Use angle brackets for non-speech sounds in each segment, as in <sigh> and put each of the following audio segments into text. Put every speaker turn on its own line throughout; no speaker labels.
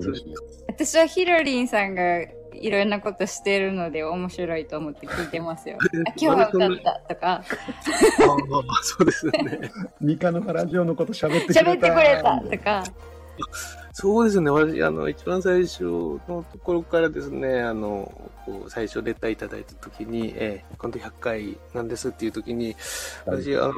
そうですね。
私はヒロリンさんがいろんなことしてるので面白いと思って聞いてます <laughs> よ。あ今日は歌ったとか、
ああ、 <laughs> そうですね。
ミカノがラジオのこと喋ってくれた。
喋ってくれたと <laughs> か、
そうですね。私、あの、一番最初のところからですね、あの、こう最初レターいただいたときに、えー、今度100回なんですっていうときに、私、あの、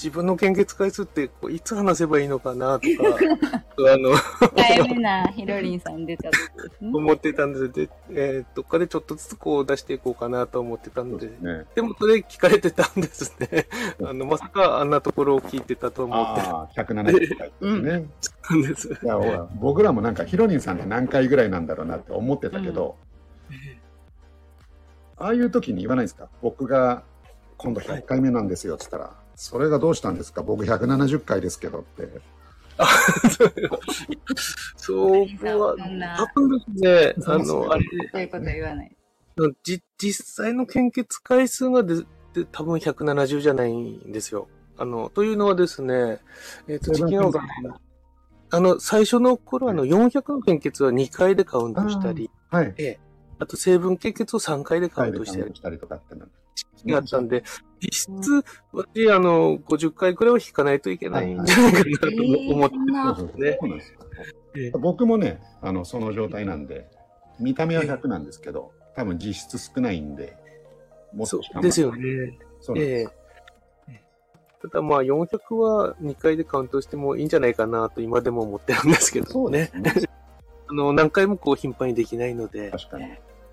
自分の献血回数ってこういつ話せばいいのかなとか、あの、
1回目なヒロリンさん出た時ですね。
思ってたんですで、えーどっかでちょっとずつこう出していこうかなと思ってたん
そう
で、
ですね。
でもそれ聞かれてたんですね。あの、まさかあんなところを聞いてたと思って
ああ、170回ですね。
たんです。
いやほら僕らもなんかヒロニンさんが何回ぐらいなんだろうなって思ってたけど、ああいう時に言わないですか僕が今度100回目なんですよって言ったら、それがどうしたんですか僕170回ですけどって
そうは、
そんな
多分ですね、あ
そう
の、あれ、
そういうこと言わない。
じ実際の献血回数がでで多分170じゃないんですよ。あの、というのはですね、えっ、と、
そ
時
れ
期
は
のが、あの、最初の頃あの400の献血は2回でカウントしたり、
はい
あと成分献血を3回でカウントしたり
したりとかってなる
があったんで、実質、私、あの、50回くらいは引かないといけないんじゃないかなと思って
そ
そ
ん
う
な
そうそう
ね
そうなんですよ
ええ
僕もねあのその状態なんで見た目は100なんですけど多分実質少ないんでもっ
そ
と
うですよね。
そうなんです
ええただまあ400は2回でカウントしてもいいんじゃないかなと今でも思ってるんですけ
そ
ど
うで
ね。
すね
あの、何回もこう頻繁にできないので。
確かに。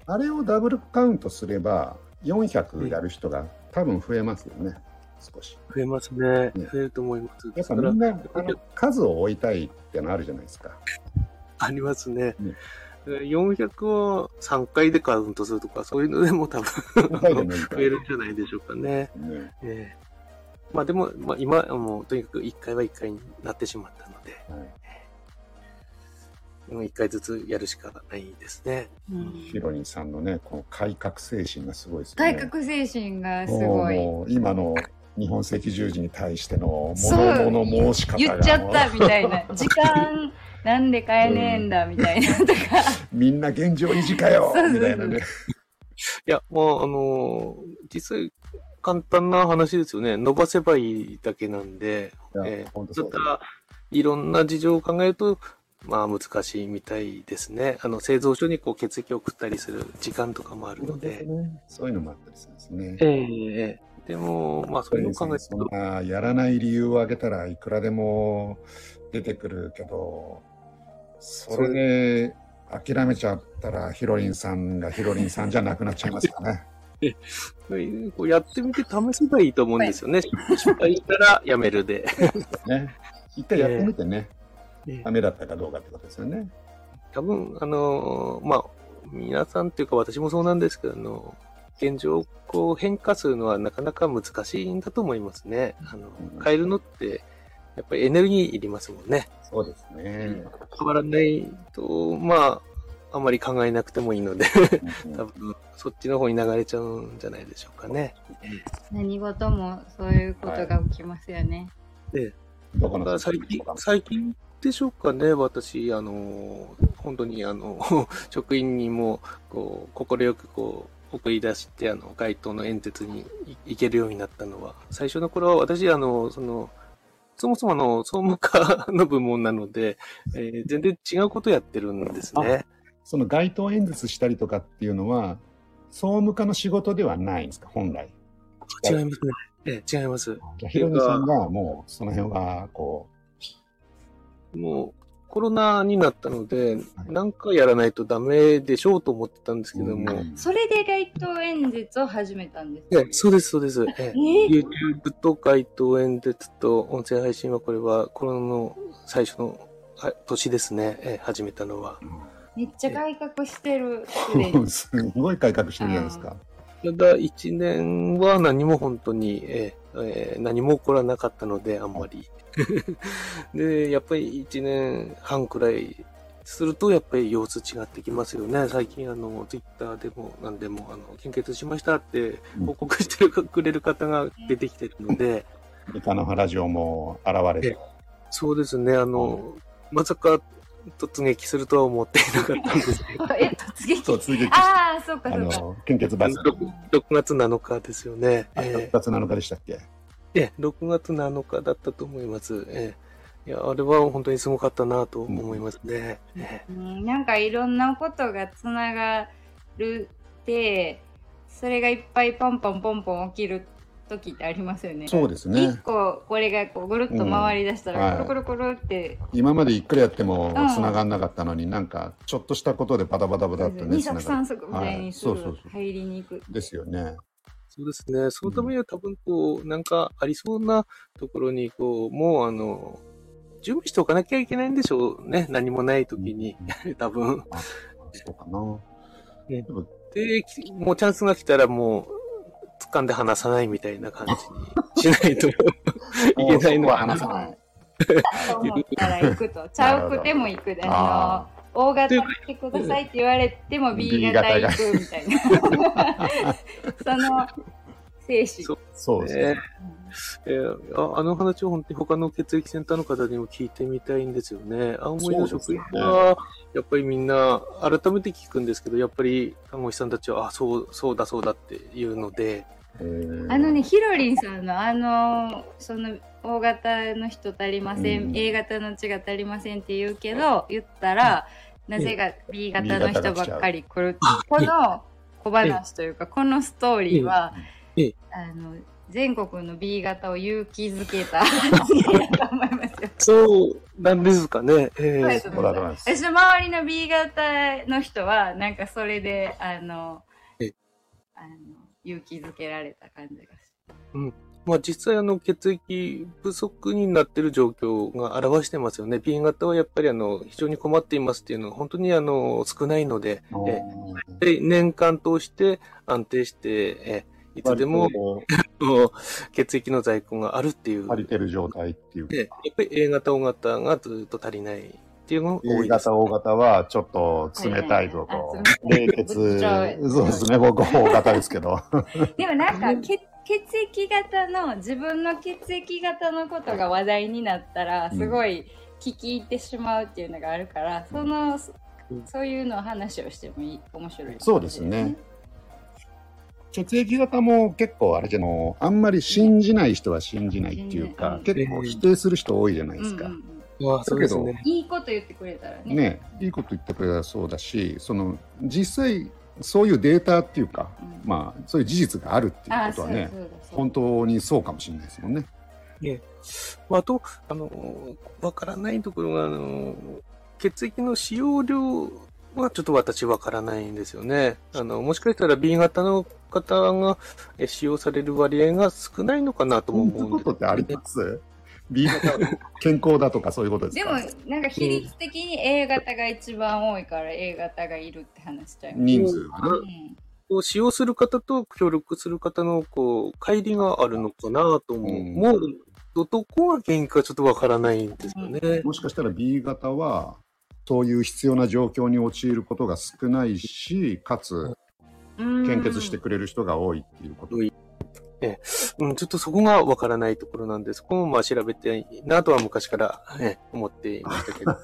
あれをダブルカウントすれば、400やる人が多分増えますよね、少し。
増えますね。
ね
増えると思います。
やっぱ
だか
み
ら
んなあの数を追いたいってのあるじゃないです
<laughs>
か。
ありますね
ね。
400は3回でカウントするとか、そういうのでも多分
答えでもいいか
増えるんじゃないでしょうかね。
らね。
ええまあでも、まあ、今はもうとにかく1回は1回になってしまったので、
はい
1回ずつやるしかないですね。
うん
ヒロニンさんのね、この改革精神がすごいですよね。
改革精神がす
も
ご
う
い。
もう今の日本赤十字に対してのも
そう
のもの申し方
言
が
っちゃ
も
っ
う
たみたいな。時間なんで買えねえんだみたいなとか。
みんな現状維持かよ
そうそうそう
みたいなね。
いや、もう、あのー実際、簡単な話ですよね。伸ばせばいいだけなんで、
いや
えー
本当
そ
そうう
た
だ
ら、いろんな事情を考えると、まあ、難しいみたいですね。あの、製造所にこう、血液を送ったりする時間とかもあるので。
そういうのもあったりするんですね。
ええでも、まあ、そういうのを考える
そん
と、
なやらない理由を挙げたらいくらでも出てくるけどそれで諦めちゃったらヒロリンさんがヒロリンさんじゃなくなっちゃいますかね。
<laughs> こうやってみて試せばいいと思うんですよね。失敗したらやめるで。
ね一回やってみてね、
ええ
ダメだったかどうかってことですよね。
多分、あのーまあ、皆さんっていうか私もそうなんですけど、あの現状をこう変化するのはなかなか難しいんだと思いますね。あの
うん、
変えるのって、やっぱりエネルギーいりますもんね。
そうですね。
変わらないと、まあ、あまり考えなくてもいいので、多分、そっちの方に流れちゃうんじゃないでしょうかね。
<laughs> 何事もそういうことが起きますよね。
どこの
最近、最近でしょうかね、私、あの、本当に、あの、 <laughs> 職員にも、こう、快く、こう、送り出して、あの、街頭の演説にい行けるようになったのは、最初の頃は私、あの、その、そもそもあの、総務課の部門なので、えー全然違うことやってるんですね。
その街頭演説したりとかっていうのは総務課の仕事ではないんですか本来。
違いますね。ええ、違います。
じゃあヒロリンさんがもうその辺はこ
もう、コロナになったので、なんかやらないとダメでしょうと思ってたんです
う
けども、
うん
それで街頭演説を始めたんです
ええ
ね。
そうです、そうです。ええ
え
YouTube と街頭演説と音声配信はこれはコロナの最初のあ年ですね、えー始めたのは。
めっちゃ改革してる。すでに、
うすごい改革してるじゃないですか。
ただ1年は何も本当に、えーえー何も起こらなかったのであんまり。 <laughs> で、やっぱり1年半くらいするとやっぱり様子違ってきますよね。最近あの Twitter でも何でもあの献血しましたって報告してるかくれる方が出てきてるので、
イカのラジオも現れて、
そうですね、あの、まさか突撃するとは思っていなかったんですけど
<laughs> え、突
<laughs>
撃
そう、続いて、あ
ああ、そうかそうか。
の、献血バス。
6, 月7日ですよね。
あ6
え
月7日でしたっけ
えええ6月7日だったと思います。ええいや、あれは本当にすごかったなと思いますね。え
うんなんかいろんなことがつながるって、それがいっぱいパンパンポンポン起きる時ってありますよね。
そうです
一
ね。
個これがこうぐるっと回り出したら、
うんはい
コロコロコロって、
今までいっくらやっても
うん
繋がんなかったのに、なんか、ちょっとしたことでバタバタバタっとね、
二
繋が
足三足みたい
はい
にす
そう
ぐ
そうそう
入りに行く。
る。ですよね。
そうですね。そのためには多分こう、なんかありそうなところに、こう、もうあの、準備しておかなきゃいけないんでしょうね。何もない時に、 <laughs> 多分。
そうかな。 <laughs>
ね
でも
で、きもうチャンスが来たらもう、掴んで離さないみたいな感じにし <laughs> ないといけないの
は
かな
話さない。
と思ったら行くと。ちゃうくても行くで、あ
あ
の、O 型来てくださいって言われても B
B
型
型
行
が
くみたいな。 <laughs> その精神。
そう
あ、
う
そうですね。
えーああの話を本当に他の血液センターの方にも聞いてみたいんですよね。青森の職員
そうですよ
は、やっぱりみんな改めて聞くんですけど、やっぱり看護師さんたちは、あ、そう、そうだそうだっていうので、
えー
んあのね、ヒロリンさんのあの、その、O 型の人足りません、
うん
A 型の血が足りませんって言うけど、言ったら、なぜか B 型の人ばっかり来る。この小話というか、このストーリーは
ええ、
あの、全国の B 型を勇気づけた話だと思いますよ。
そうなんですかね。え
そう
ー
です
そうだと思います
私の周りの B 型の人はなんかそれであの
え
あの勇気づけられた感じがし
まあ実際あの血液不足になってる状況が表してますよね。B 型はやっぱりあの非常に困っていますっていうのは本当にあの少ないので、
あの
えで年間通して安定して、えいつでも
割と
こう血液の在庫があるっていう。
足りてる状態っていうか
で、やっぱり A 型、O 型がずっと足りないっていうのが多
A
いです。
型、O 型はちょっと
た
冷たいぞと
は。いは
冷
い
血、そう
ぶっちゃう
ですね、僕 O 型ですけど。
でもなんか血血液型の自分の血液型のことが話題になったら
うん
すごい聞き入ってしまうっていうのがあるから、そのそ
うん
そういうのを話をしてもいい面白いかもしれない
そうですね。血液型も結構あれじゃの、あんまり信じない人は信じないっていうか
う、ん
結構否定する人多いじゃない
うん
で
うんう
すか。
ん
ああそうですね。
いいこと言ってくれたらね
ね、いいこと言ってくれたらそうだし、その実際そういうデータっていうか、
うん
まあそういう事実があるっていう
あ
こ
あ
と
そう
は
だ
ね
そ、うだそう
本当にそうかもしれないですもんね。
まあ、あと、あの、わからないところが、あの、血液の使用量はちょっと私わからないんですよね。あの、もしかしたら B 型の方がえ使用される割合が少ないのかなと
そ
も
ん
思う
なんこ
で
とってあります ?B 型は健康だとかそういうことです
で
か
もなんか比率的に A 型が一番多いから A 型がいるって話しちゃいます。
人数が
う
ね。
ん
こう使用する方と協力する方の、こう、乖離があるのかなとも、う
うん
もう、どどこが原因かちょっとわからないんですよね。
もしかしたら B 型は、そういう必要な状況に陥ることが少ないし、かつ、
うん
献血してくれる人が多いっていうこと。
うん、ちょっとそこがわからないところなんで、そこもまあ調べていいなとは昔から、ね、思っていましたけど。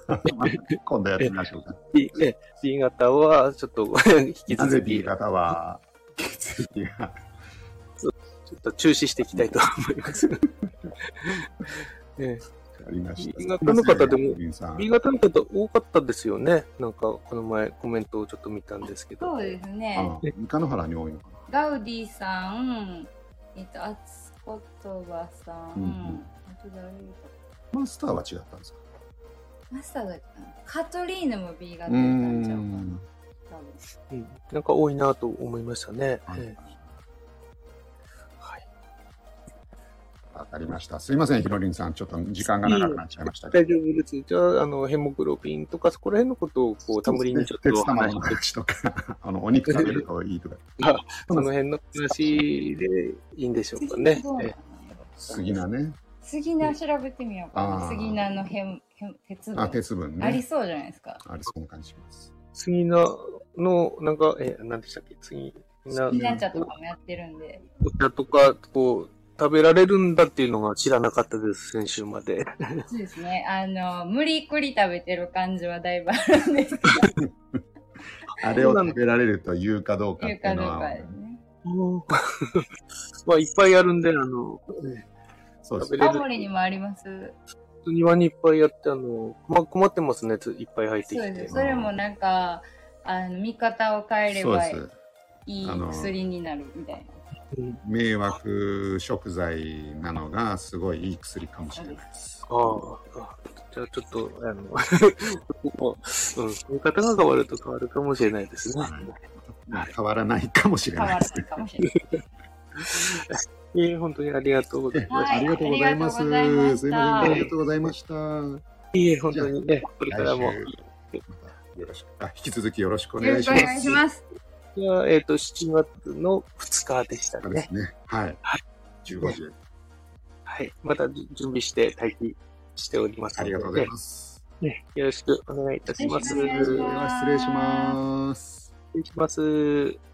今度やってみましょうか。
B, え B 型は、ちょっと <laughs> 引き
なぜ
続
B
き、ちょ
型は、血液が
っと中止していきたいと思います。 <laughs> え
ありました。
B <laughs> 型の方でも
皆さん
え B 型の方多かったですよね。なんか、この前コメントをちょっと見たんですけど。
そうですね
あ。あ三日野原に多いのか
ガウディさん、えっと、あつことばさ
う
ん、
んうん
あと誰
な。
だ
マスターは違ったんですか
マスターだったのカトリーヌも B 型だっ
うー。
たんちゃうかなん多分
うん、なんか多いなと思いましたね。ええはい、
わかりました。すいません、ひろりんさん。ちょっと時間が長くなっちゃいましたけど
大丈夫です。じゃあ、あの、ヘモグロビンとか、そこら辺のことを、こう、タムリンにちょっと
鉄玉
話
の
して、
話とか、あの、お肉食べるといいとか。
あその辺の話でいいんでしょうかね。
どうな
え
ん
え
だろう
杉
<laughs>
菜ね。
杉菜調べてみようか
あ
な。
ー
杉菜のへんへん鉄分
あ、
あ,、
鉄分ね。
りそうじゃないですか。
ありそうな感じします。
次の、の、なんか、え、何でしたっけ次、な
杉
杉菜茶とかもやってるんで。
お茶とか、こう、食べられるんだっていうのが知らなかったです、先週まで。
そうですね。あの、無理くり食べてる感じはだいぶあるんですけ
あれを食べられるというかどうか
ど、
っ
いう
てい
か
うの
どうか
は
で、すね。
まあ、いっぱいあるんで、あの、
そうです
食
ね。
べれ
青
る
森にもあります。
庭にいっぱいやって、あの、ま、困ってますね、ついっぱい入って
そう
き
で
て
す。。それもなんか、あの、見方を変えれ
そう
ば
で
い
す。
い
あの
薬になるみたいな。
迷惑食材なのがすごいいい薬かもしれないです。
あああ、じゃあちょっと、あの、ここ <laughs> うん、見方が変わると変わるかもしれないですね。
まあ変わらないかもしれ
変わ
ない
ら
です
な
ね
い。かもしれない。
えー本当にありがとうございま
はい
す。
ありがとうございます。す
あ
い
り
ま
がとうございました
せん、ありがとうございました。
いえ、本当にね、これからも
来。週またよろしくあ引き続きよろしくお
よ
願
ろ
いし
しくお
ます。
願いします。
じゃあ、えっ、と、7月の2日でした
で
ね。
すね。はい。15時。
はい。また準備して待機しております
あ
の
り
で、
がとうございます。
ねよろしくお願いいたします。
よろしく
で
お願いしま
は失礼します。
失礼します。